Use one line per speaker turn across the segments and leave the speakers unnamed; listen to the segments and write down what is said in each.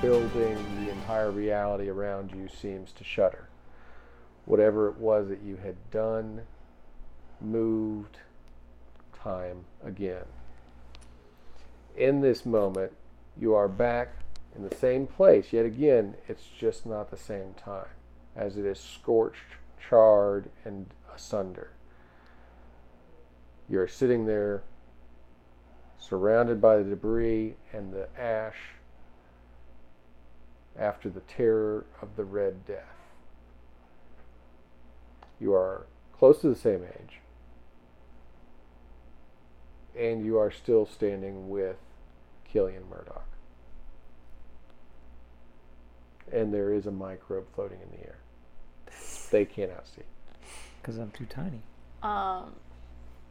building, the entire reality around you seems to shudder. Whatever it was that you had done, moved, time again. In this moment, you are back in the same place, yet again, it's just not the same time, as it is scorched, charred, and asunder. You're sitting there surrounded by the debris and the ash after the terror of the Red Death. You are close to the same age, and you are still standing with Killian Murdoch. And there is a microbe floating in the air. They cannot see.
Because I'm too tiny.
Um,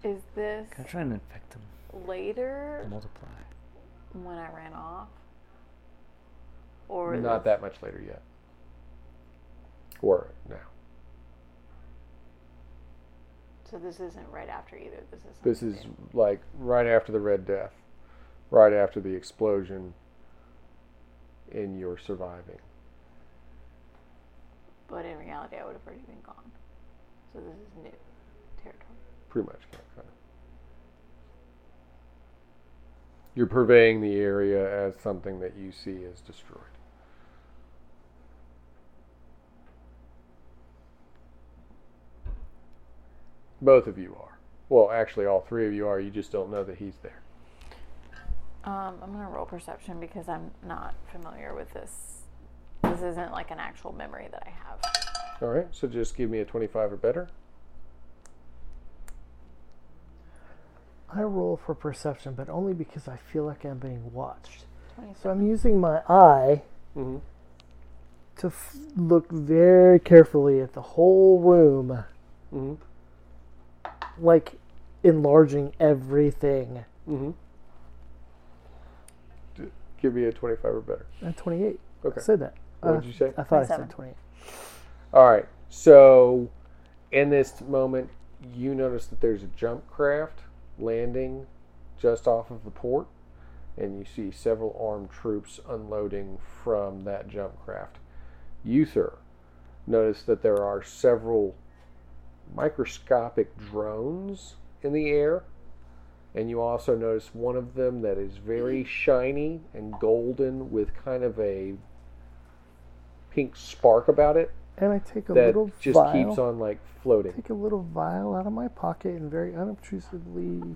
is this
Gotta try and infect them.
later
Multiply.
when I ran off? Or is
Not
this-
that much later yet. Or now.
So this isn't right after either. This is
This is like right after the Red Death, right after the explosion, and you're surviving.
But in reality, I would have already been gone. So this is new territory.
Pretty much. yeah, Kind of. You're purveying the area as something that you see is destroyed. Both of you are. Well, actually, all three of you are. You just don't know that he's there.
Um, I'm gonna roll perception because I'm not familiar with this. This isn't like an actual memory that I have.
All right, so just give me a 25 or better.
I roll for perception, but only because I feel like I'm being watched. So
27.
I'm using my eye
Mm-hmm.
to f- look very carefully at the whole room,
Mm-hmm.
like enlarging everything.
Mm-hmm. Give me a 25 or better.
At 28,
Okay.
I Uh, said that.
What
Uh,
did you say?
I thought I
27.
said 28.
All right. So, in this moment, you notice that there's a jump craft landing just off of the port, and you see several armed troops unloading from that jump craft. You, sir, notice that there are several microscopic drones in the air, and you also notice one of them that is very shiny and golden with kind of a pink spark about it
And I take a
that
little
just
vial.
keeps on like floating.
Take a little vial out of my pocket and very unobtrusively.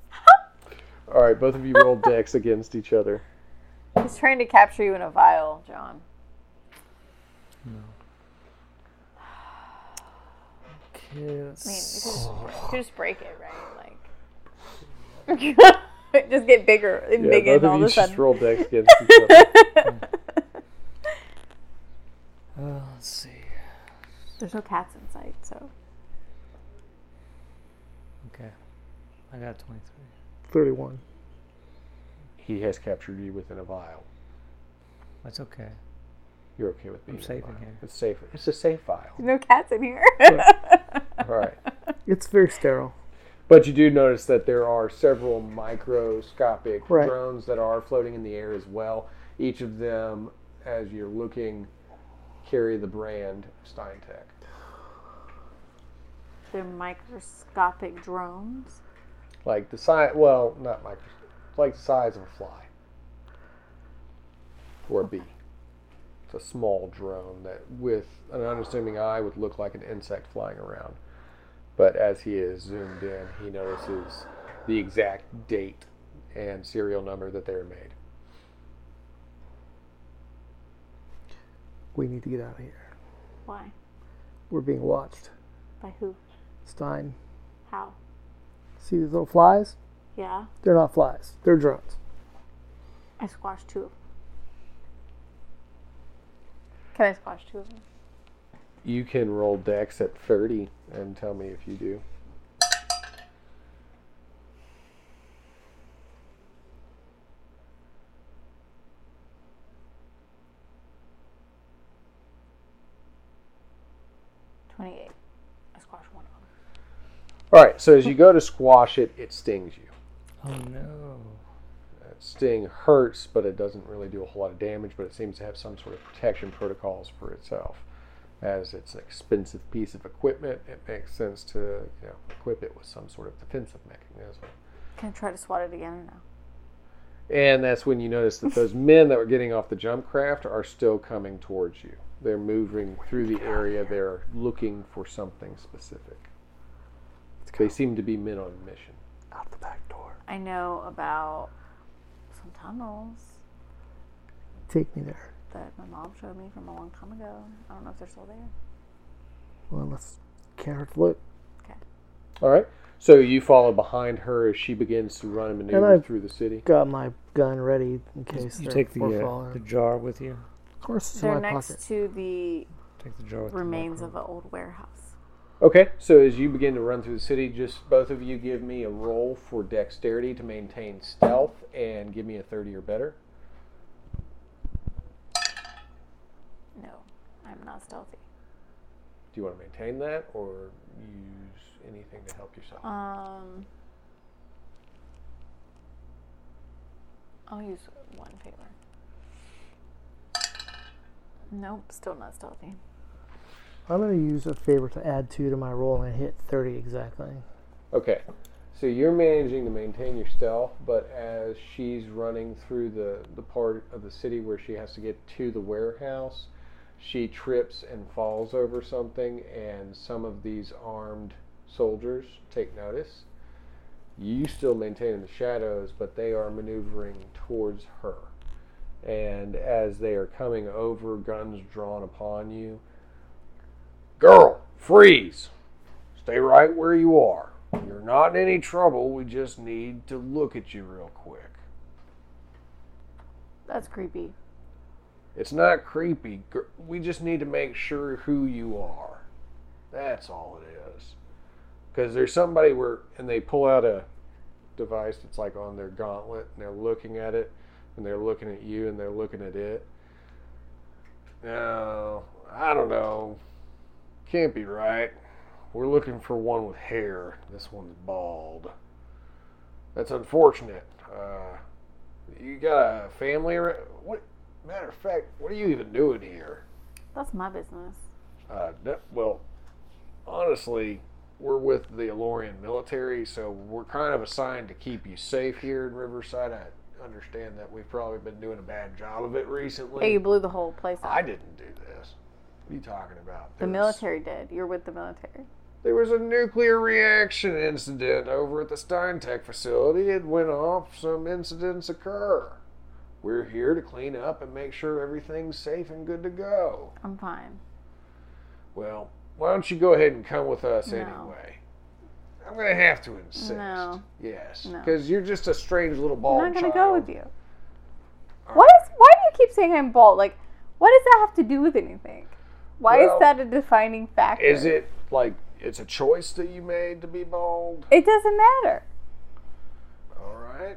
All right, both of you roll decks against each other.
He's trying to capture you in a vial, John.
Okay, let's
I mean, you could just, you could just break it, right? Like, just get bigger and
Yeah,
bigger
both
all
of you
of a
just
sudden.
roll decks against each other.
Uh, let's see.
There's no cats in sight, so
Okay. I got 23.
31.
He has captured you within a vial.
That's okay.
You're okay with being in a
safe
vial.
again.
It's safe. It's a safe vial.
there's no cats in here.
All right,
It's very sterile.
but you do notice that there are several microscopic
Right.
drones that are floating in the air as well. Each of them, as you're looking, carry the brand Steintech.
They're microscopic drones.
like the size well not micro like the size of a fly or a bee it's a small drone that with an unassuming eye would look like an insect flying around but as he is zoomed in he notices the exact date and serial number that they were made
We need to get out of here.
Why?
We're being watched.
By who?
Stein.
How?
See these little flies?
Yeah,
They're not flies, they're drones.
I squashed two of them. Can I squash two of them?
you can roll dex at 30 and tell me if you do
Twenty-eight. I squashed one of them.
all right so as you go to squash it it stings you
Oh no.
sting hurts, but it doesn't really do a whole lot of damage. But it seems to have some sort of protection protocols for itself, as it's an expensive piece of equipment. It makes sense to you know equip it with some sort of defensive mechanism.
Can I try to swat it again or no?
And that's when you notice that those men that were getting off the jump craft are still coming towards you. They're moving through the area. They're looking for something specific. They seem to be men on a mission.
Out the back door.
I know about some tunnels
Take me there.
that my mom showed me from a long time ago. I don't know if they're still there.
Well, let's can't hurt to look.
All right. So you follow behind her as she begins to run and maneuver
I-
through the city.
Got my gun ready in case
You
they're-
take the,
we're
uh,
following.
the jar with you.
Of course, it's in
They're
my
next
pocket.
to the
Take the jar with
remains
the
of an old warehouse.
Okay. So as you begin to run through the city, just both of you give me a roll for dexterity to maintain stealth and give me a 30 or better.
No, I'm not stealthy.
Do you want to maintain that or use anything to help yourself?
Um, I'll use one favor. Nope, still not stealthy.
I'm going to use a favor to add two to my roll, and I hit 30 exactly.
Okay. So you're managing to maintain your stealth, but as she's running through the, the part of the city where she has to get to the warehouse, she trips and falls over something, and some of these armed soldiers take notice. You still maintain in the shadows, but they are maneuvering towards her. And as they are coming over, guns drawn upon you, girl, freeze! Stay right where you are. You're not in any trouble. We just need to look at you real quick.
That's creepy.
It's not creepy. gr- We just need to make sure who you are. That's all it is. Because there's somebody where, and they pull out a device that's like on their gauntlet, and they're looking at it, and they're looking at you, and they're looking at it. No, I don't know. Can't be right. We're looking for one with hair. This one's bald. That's unfortunate. Uh, you got a family? ar- What? Matter of fact, what are you even doing here?
That's my business.
Uh, no- well, honestly, we're with the Elorian military, so we're kind of assigned to keep you safe here in Riverside. I understand that we've probably been doing a bad job of it recently.
Hey, you blew the whole place up.
I didn't do this. What are you talking about?
the
There was-
military did. You're with the military.
There was a nuclear reaction incident over at the Steintech facility. It went off. Some incidents occur. We're here to clean up and make sure everything's safe and good to go.
I'm fine.
Well, why don't you go ahead and come with us
No.
anyway? I'm gonna have to insist.
No.
Yes,
No.
because you're just a strange little bald.
I'm not gonna go
child.
with you. What is? Why do you keep saying I'm bald? Like, what does that have to do with anything? Why
Well,
is that a defining factor?
Is it like it's a choice that you made to be bald?
It doesn't matter.
All right.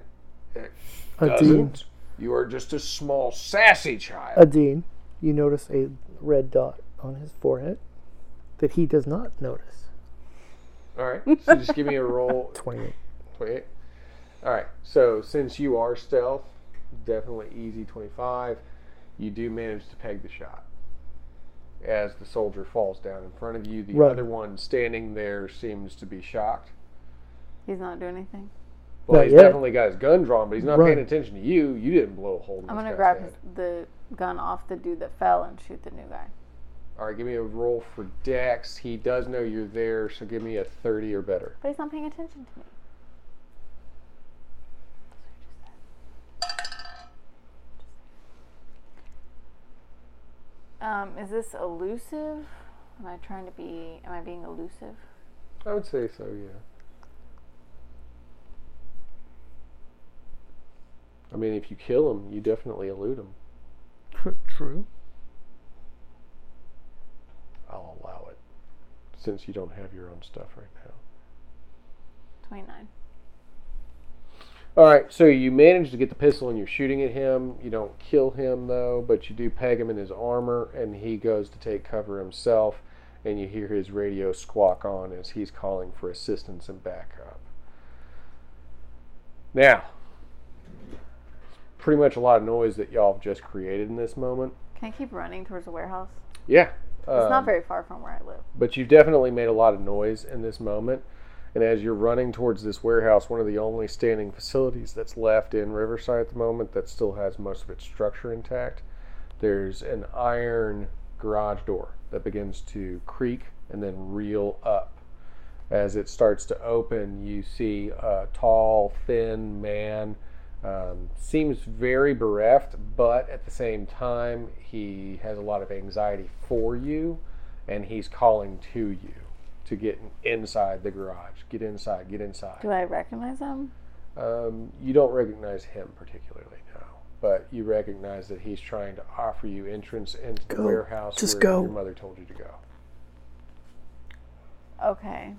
It
A Dean,
doesn't. You are just a small sassy child.
a Dean, you notice a red dot on his forehead that he does not notice.
All right. So just give me a roll.
28.
Twenty-eight. All right. So since you are stealth, definitely easy twenty-five. You do manage to peg the shot. As the soldier falls down in front of you, the
Right.
other one standing there seems to be shocked.
He's not doing anything.
Well,
Not
he's
yet.
definitely got his gun drawn, but he's not paying
Right.
attention to you. You didn't blow a hole in
I'm
this
gonna
guy's
grab
head.
his, the gun off the dude that fell and shoot the new guy.
All right, give me a roll for Dex. He does know you're there, so give me a thirty or better.
But he's not paying attention to me. Um, is this elusive? Am I trying to be? Am I being elusive?
I would say so, yeah. I mean, if you kill him, you definitely elude him.
True.
I'll allow it. Since you don't have your own stuff right now.
Twenty-nine.
All right, so you manage to get the pistol and you're shooting at him. You don't kill him, though, but you do peg him in his armor, and he goes to take cover himself. And you hear his radio squawk on as he's calling for assistance and backup. Now, pretty much a lot of noise that y'all have just created in this moment.
Can I keep running towards the warehouse?
Yeah. um,
It's not very far from where I live.
but you've definitely made a lot of noise in this moment. And as you're running towards this warehouse, one of the only standing facilities that's left in Riverside at the moment that still has most of its structure intact, there's an iron garage door that begins to creak and then reel up. As it starts to open, you see a tall, thin man. Um, seems very bereft, but at the same time, he has a lot of anxiety for you and he's calling to you to get inside the garage. Get inside, get inside.
Do I recognize him?
Um, you don't recognize him particularly now, but you recognize that he's trying to offer you entrance into the
Go.
warehouse
Just
where
go.
your mother told you to go.
Okay.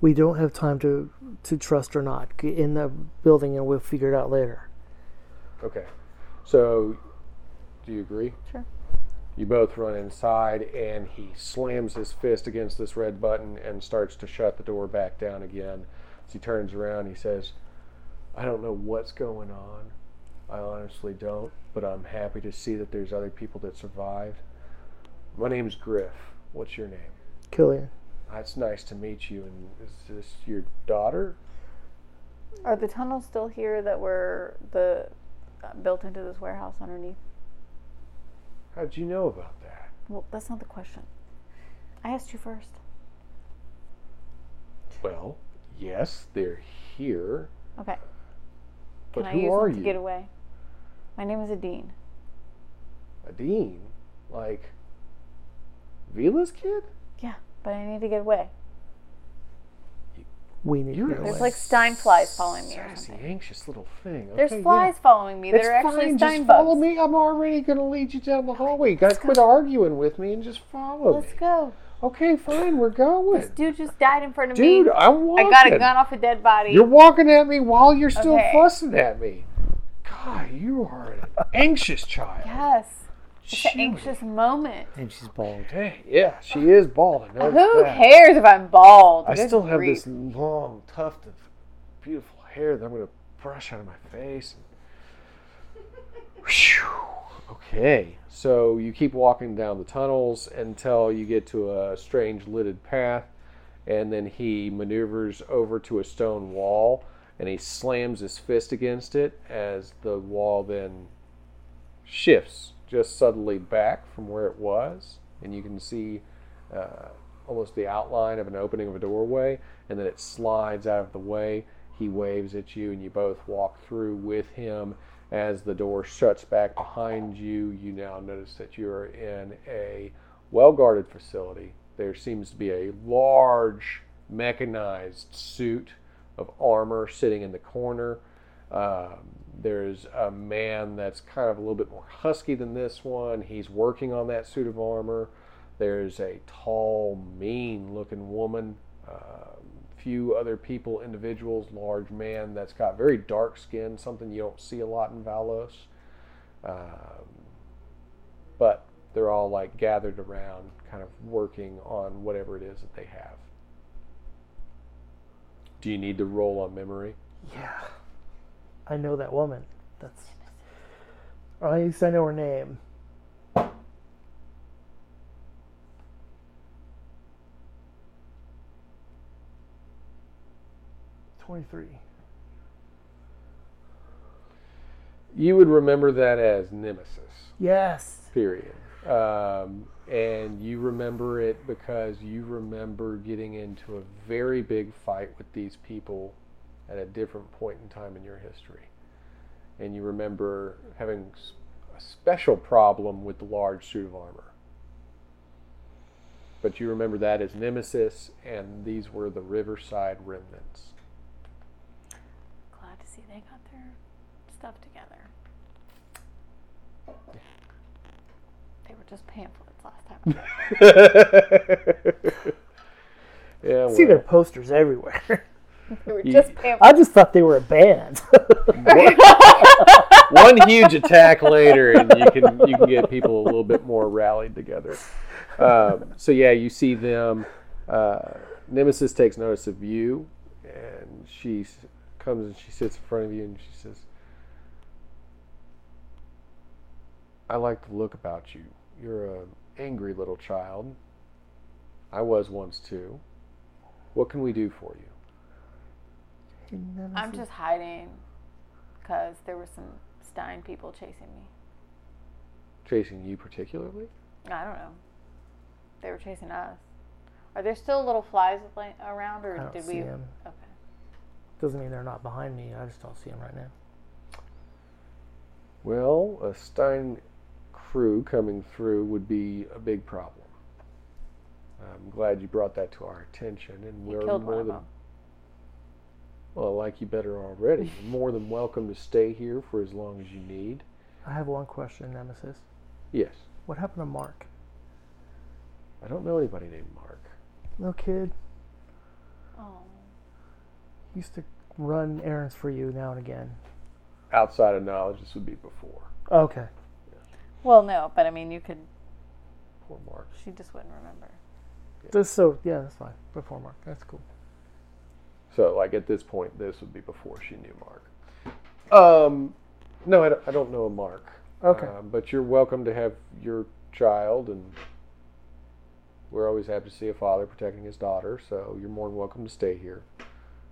We don't have time to to trust or not. Get in the building and we'll figure it out later.
Okay. So, do you agree?
Sure.
You both run inside, and he slams his fist against this red button and starts to shut the door back down again. As he turns around, he says, I don't know what's going on. I honestly don't, but I'm happy to see that there's other people that survived. My name's Griff. What's your name?
Killian,
"Ah, It's nice to meet you. And is this your daughter?
Are the tunnels still here that were the uh, built into this warehouse underneath?
How'd you know about that?
Well, that's not the question. I asked you first.
Well, yes, they're here.
Okay.
But
Can I
who
use
are
them
you?
to get away? My name is Adine.
a dean, like Vila's kid.
Yeah, but I need to get away.
we need to get
There's
away.
like Stein flies following me or
Sassy,
something.
anxious little thing.
There's
okay,
flies following me.
Yeah. It's
They're actually
fine.
Stein
just
bugs.
follow me. I'm already gonna lead you down the hallway. You guys
go.
quit arguing with me and just follow
Let's
me.
go.
Okay, fine. We're
This
going,
dude just died in front of
dude.
me.
I'm walking.
I got a gun off a dead body.
You're walking at me while you're still
Okay.
fussing at me. God, you are an anxious child.
yes. It's an
Shoot.
anxious moment.
And she's bald.
Hey, yeah, she is bald. I noticed
Who
that.
cares if I'm bald?
I
Good
still have
grief.
this long tuft of beautiful hair that I'm going to brush out of my face. Whew. Okay, so you keep walking down the tunnels until you get to a strange lidded path, and then he maneuvers over to a stone wall and he slams his fist against it as the wall then shifts just suddenly back from where it was, and you can see uh, almost the outline of an opening of a doorway, and then it slides out of the way. He waves at you, and you both walk through with him. As the door shuts back behind you, you now notice that you are in a well guarded facility. There seems to be a large mechanized suit of armor sitting in the corner. Um, there's a man that's kind of a little bit more husky than this one. He's working on that suit of armor. There's a tall, mean looking woman. Uh, few other people, individuals, large man that's got very dark skin, something you don't see a lot in Valos. Um, but they're all like gathered around, kind of working on whatever it is that they have. Do you need to roll on memory?
Yeah. I know that woman. That's. Or at least I know her name. Twenty-three.
You would remember that as Nemesis,
Yes.
period. Um, and you remember it because you remember getting into a very big fight with these people at a different point in time in your history. And you remember having s- a special problem with the large suit of armor. But you remember that as Nemesis, and these were the Riverside remnants.
Glad to see they got their stuff together. They were just pamphlets last time.
yeah,
I see
well.
their posters everywhere.
they were
You-
just pamphlets.
I just thought they were a band.
one huge attack later, and you can you can get people a little bit more rallied together. Um, so yeah, you see them. Uh, Nemesis takes notice of you, and she s- comes and she sits in front of you, and she says, I like the look about you. You're a angry little child. I was once too. What can we do for you?
And then I
I'm
said,
just hiding because there were some Stein people chasing me.
Chasing you particularly?
I don't know. They were chasing us. Are there still little flies la- around, or
I don't
did
see
we?
him.
Okay.
Doesn't mean they're not behind me. I just don't see them right now.
Well, a Stein crew coming through would be a big problem. I'm glad you brought that to our attention, and
He
we're
killed
more
one of
than
them.
well, I like you better already. You're more than welcome to stay here for as long as you need.
I have one question, Nemesis.
Yes,
What happened to Mark?
I don't know anybody named Mark.
No kid.
Oh,
He used to run errands for you now and again.
Outside of knowledge, this would be before.
Okay.
well, no, but I mean, you could.
Poor Mark.
She just wouldn't remember.
That's so yeah, that's fine. Before Mark, that's cool.
So, like at this point, this would be before she knew Mark. Um, no, I don't, I don't know a Mark.
Okay.
Um, but you're welcome to have your child, and we're always happy to see a father protecting his daughter. So you're more than welcome to stay here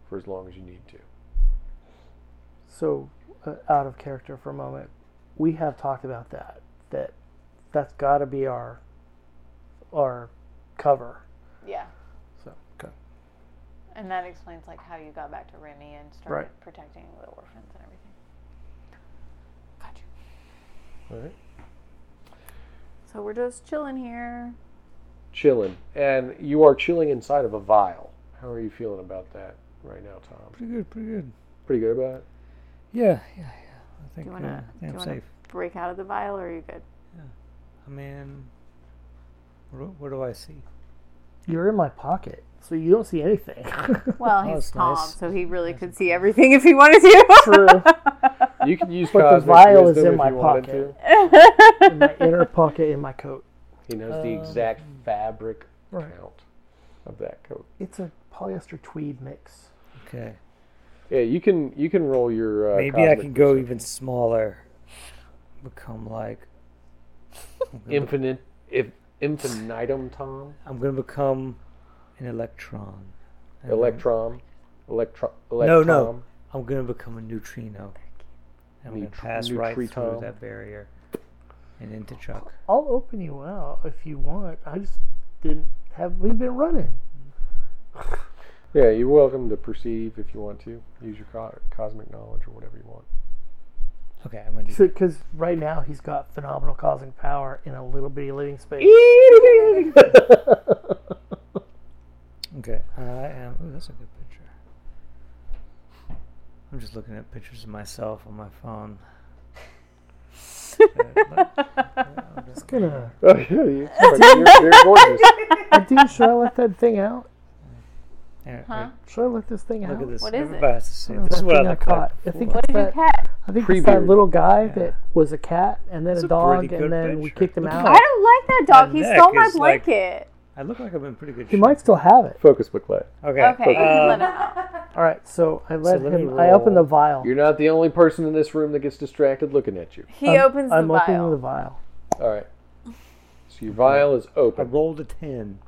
for as long as you need to.
So uh, out of character for a moment, we have talked about that. That that's got to be our our cover.
Yeah,
So okay.
and that explains like how you got back to Remy and started
Right.
protecting the orphans and everything. Got you.
All right.
So we're just chilling here.
Chilling, and you are chilling inside of a vial. How are you feeling about that right now, Tom?
Pretty good, pretty good.
Pretty good about it.
Yeah, yeah, yeah. I think,
you
uh,
wanna-
I
do
think
you
I'm
wanna-
safe.
Break out of the vial, or are you good?
I mean, what do, what do I see?
You're in my pocket, so you don't see anything.
Well,
Oh,
he's
that's
Tom,
nice.
so he really could see everything if he wanted to.
True.
You could use
But the
cosmic
vial is
wisdom
in
if
my
you wanted
pocket.
to.
in my inner pocket, in my coat.
He knows the exact fabric
Um, Right.
count of that coat.
It's a polyester tweed mix.
Okay.
Yeah, you can you can roll your. Uh,
Maybe I
cosmic
can go
perception.
even smaller. Become like. I'm gonna, be-
infinite, if infinitum, Tom.
I'm gonna become an electron. and then
Electron, Mm-hmm. electro,
No,
electron.
no. I'm gonna become a neutrino. And I'm gonna
Neut-
pass right
neutrito.
through that barrier and into Chuck.
I'll open you out if you want. I just didn't have. We've been running.
Yeah, you're welcome to perceive if you want to. Use your co- cosmic knowledge or whatever you want.
Okay, I'm gonna do
Because right now he's got phenomenal causing power in a little bitty living space.
Okay, I am. Oh, that's a good picture. I'm just looking at pictures of myself on my phone. I'm just gonna-
Gonna,
oh yeah, you, you're, you're gorgeous.
Uh, dude, should I let that thing out?
Here,
Huh?
Should I let this thing
here, Look
out?
at this.
What is it?
Everybody has to see
I don't know,
it. This is
that
what I
thing
look like.
caught. I
before.
think
What
it's
did you
that,
catch?
I think it's that
Pre-beard.
little guy
Yeah.
that was a cat, and then
It's
a
a pretty
dog,
good
and then we
picture.
kicked him
Look at
out.
I don't like that dog.
My
He
neck
stole my
is, like-
blanket.
I look like I'm in pretty good
He
shape.
might still have it.
Focus, McClay.
Okay.
okay, you can
uh,
let him out.
All right, so I let
let me
him. I opened the
roll.
vial.
You're not the only person in this room that gets distracted looking at you.
He opens the
I'm
vial.
opening the vial.
All right. So your vial is
I
open.
rolled a 10.
And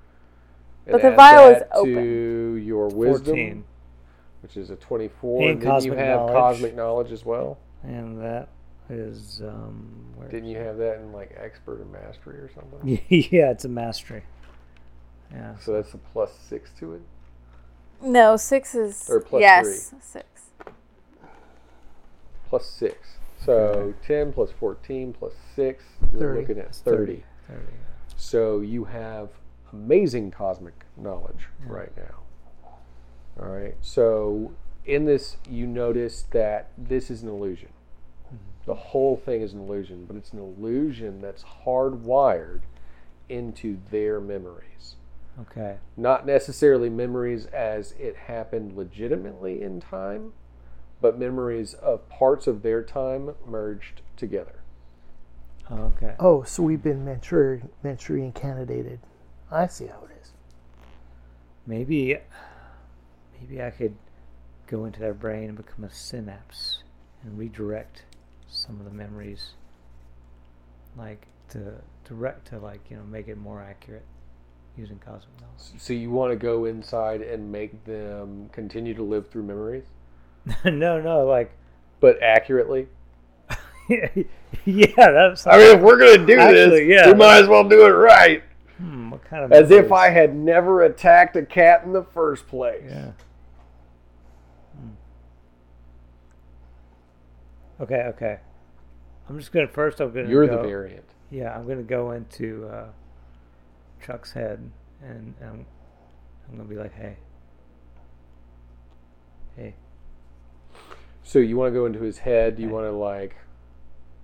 But the
add
vial is
that
open.
To your wisdom,
14.
which is a 24,
And
and then you
cosmic
have
knowledge.
cosmic knowledge as well.
And that is. um where
Didn't you have that in like expert or mastery or something?
Yeah, it's a mastery. Yeah.
So that's a plus six to it.
No, six is
Or plus
yes, six.
Plus six. So ten plus fourteen plus six. You're
30.
looking at 30.
30. 30.
So you have amazing cosmic knowledge right now. All right. So in this, you notice that this is an illusion. The whole thing is an illusion, but it's an illusion that's hardwired into their memories.
Okay.
not necessarily memories as it happened legitimately in time, but memories of parts of their time merged together.
Okay.
Oh, so we've been Manchurian, Manchurian candidated. I see how it is.
Maybe, maybe I could go into their brain and become a synapse and redirect some of the memories like to to re- to like you know make it more accurate using cosmic
So you want to go inside and make them continue to live through memories,
knowledge. no, no, like
but accurately.
yeah, that's
I mean, if we're gonna do
Actually,
this,
yeah.
we might as well do it right.
hmm, what kind of
As if I
memories?
had never attacked a cat in the first place.
yeah. Hmm. Okay, okay. I'm just gonna first. I'm gonna.
You're
go,
the variant.
Yeah, I'm gonna go into uh, Chuck's head, and, and I'm, I'm gonna be like, "Hey, hey."
So you want to go into his head. You
Right.
want to like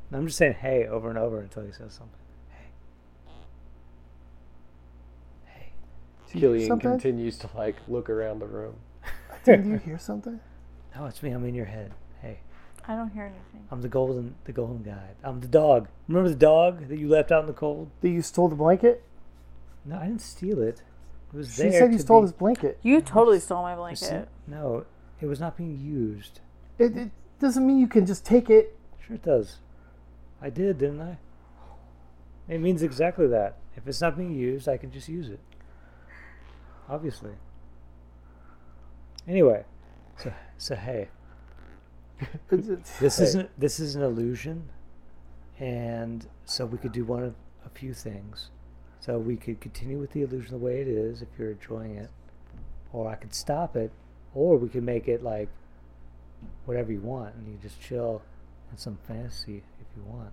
And I'm just saying "hey" over and over until he says something. Hey,
Do you hear
Killian
something?
continues to like look around the room.
Did you hear something?
hey. No, it's me. I'm in your head. Hey,
I don't hear anything.
I'm the golden, the golden guy. I'm the dog. Remember the dog that you left out in the cold?
That you stole the blanket?
No, I didn't steal it. It was
She
there.
said you
to
stole
be-
this blanket.
You totally stole my
It's-
blanket.
No, it was not being used.
It, it doesn't mean you can just take it.
Sure it does. I did, didn't I? It means exactly that. If it's not being used, I can just use it. Obviously. Anyway, so so hey,
It's- it's-
this
Hey.
isn't this is an illusion, and so we could do one of a few things. So we could continue with the illusion the way it is if you're enjoying it, or I could stop it, or we could make it like whatever you want, and you just chill in some fantasy if you want.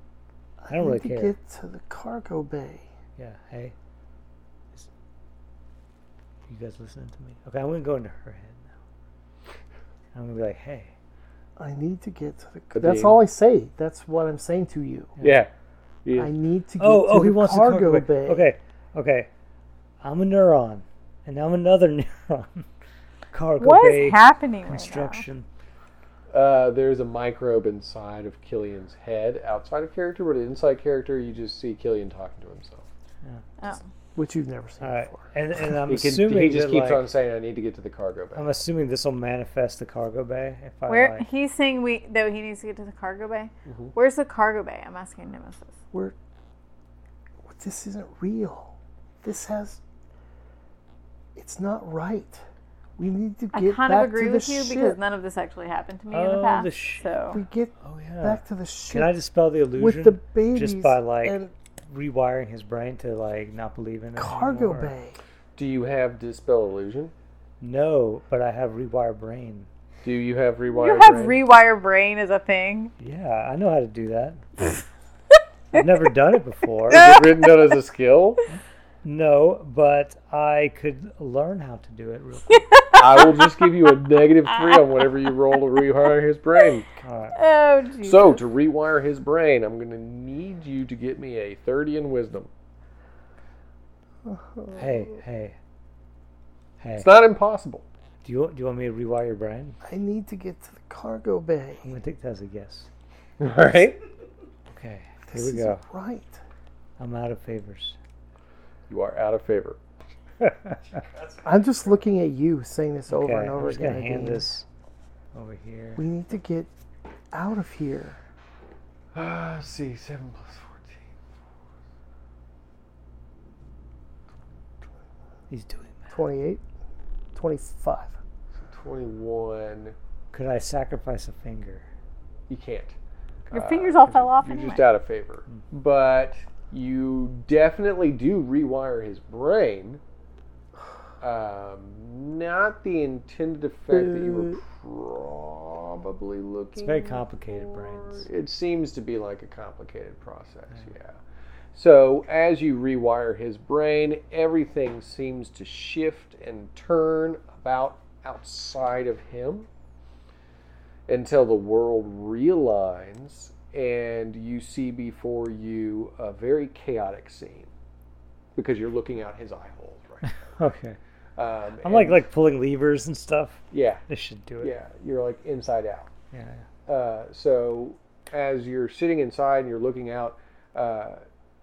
I don't
you
really
need to
care.
Get to the cargo bay.
Yeah. Hey. Is- You guys listening to me? Okay, I'm gonna go into her head now. I'm gonna be like, hey.
I need to get to the.
Could
that's
be.
all I say. That's what I'm saying to you.
Yeah. Yeah.
I need to get
Oh,
to
oh,
the
he wants
cargo,
to cargo
bay.
Okay, okay. I'm a neuron, and I'm another neuron. Cargo
What
bay
is happening? Construction.
construction.
Uh, there's a microbe inside of Killian's head, outside of character, but inside character, you just see Killian talking to himself.
Which you've never seen
All right,
before.
and and I'm
he, can-
assuming
he just
that,
keeps
like,
on saying, "I need to get to the cargo bay."
I'm assuming this will manifest the cargo bay. If I
Where
like, Mm-hmm.
he's saying we that he needs to get to the cargo bay.
Mhm.
Where's the cargo bay? I'm asking Nemesis.
We're. This isn't real. This has. It's not right. We need to
I
get
kind
back
of agree
to
with
the
you
ship.
because none of this actually happened to me in
Oh,
the past.
the ship.
we
so
get
oh yeah.
back to the ship
Can I dispel the illusion
with the babies
just by like
and
rewiring his brain to like not believe in it
cargo
anymore?
bay.
Do you have dispel illusion?
No, but I have rewire brain.
Do you have rewire?
you have
brain?
rewire brain as a thing.
Yeah, I know how to do that. I've never done it before.
Is it written down as a skill?
No, but I could learn how to do it real quick.
I will just give you a negative three on whatever you roll to rewire his brain.
All right.
Oh, Jesus.
So to rewire his brain, I'm gonna need you to get me a thirty in wisdom.
Hey, hey, hey.
It's not impossible.
Do you do you want me to rewire your brain?
I need to get to the cargo bay.
I'm gonna take that as a yes.
All right.
Okay.
This
Here we
isn't
go.
Right.
I'm out of favors.
You are out of favor.
I'm just looking at you saying this
okay,
over and over
I'm just
again.
gonna hand
again.
this over here.
We need to get out of here.
Ah, let's see, seven plus fourteen.
He's doing that.
28, 25.
21.
Could I sacrifice a finger?
You can't.
your
Uh,
fingers all fell off
You're
anyway.
just out of favor. But you definitely do rewire his brain. Um, not the intended effect that you were probably looking
It's very complicated brains.
It seems to be like a complicated process, yeah. So as you rewire his brain, everything seems to shift and turn about outside of him until the world realigns and you see before you a very chaotic scene because you're looking out his eye hole right
Okay.
now. um,
I'm like
and-
like pulling levers and stuff.
yeah
This should do it.
yeah you're like inside out
Yeah.
uh, so as you're sitting inside and you're looking out, uh,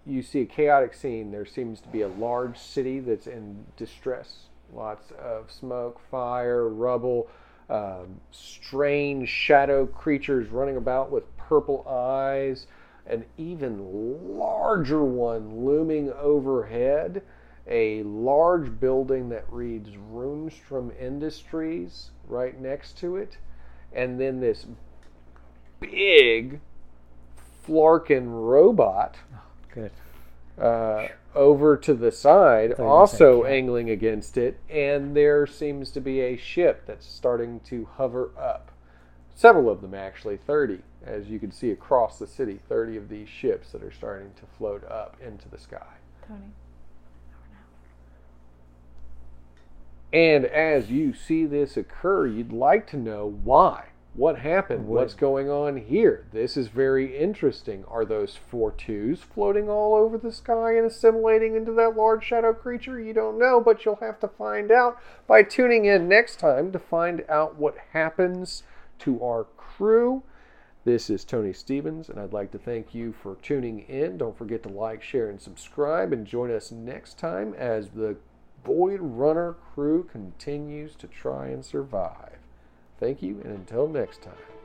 you see a chaotic scene. There seems to be a large city that's in distress. Lots of smoke, fire, rubble, um, strange shadow creatures running about with purple eyes an even larger one looming overhead, a large building that reads Runstrom Industries right next to it, and then this big Flarkin robot
Good.
uh, over to the side,
you were gonna say
also
cat.
angling against it, and there seems to be a ship that's starting to hover up. Several of them, actually, 30, as you can see across the city, 30 of these ships that are starting to float up into the sky.
Tony.
And as you see this occur, you'd like to know why. What happened?
What-
What's going on here? This is very interesting. Are those four twos floating all over the sky and assimilating into that large shadow creature? You don't know, but you'll have to find out by tuning in next time to find out what happens to our crew. This is Tony Stevens, and I'd like to thank you for tuning in. Don't forget to like, share, and subscribe, and join us next time as the Void Runner crew continues to try and survive. Thank you, and until next time.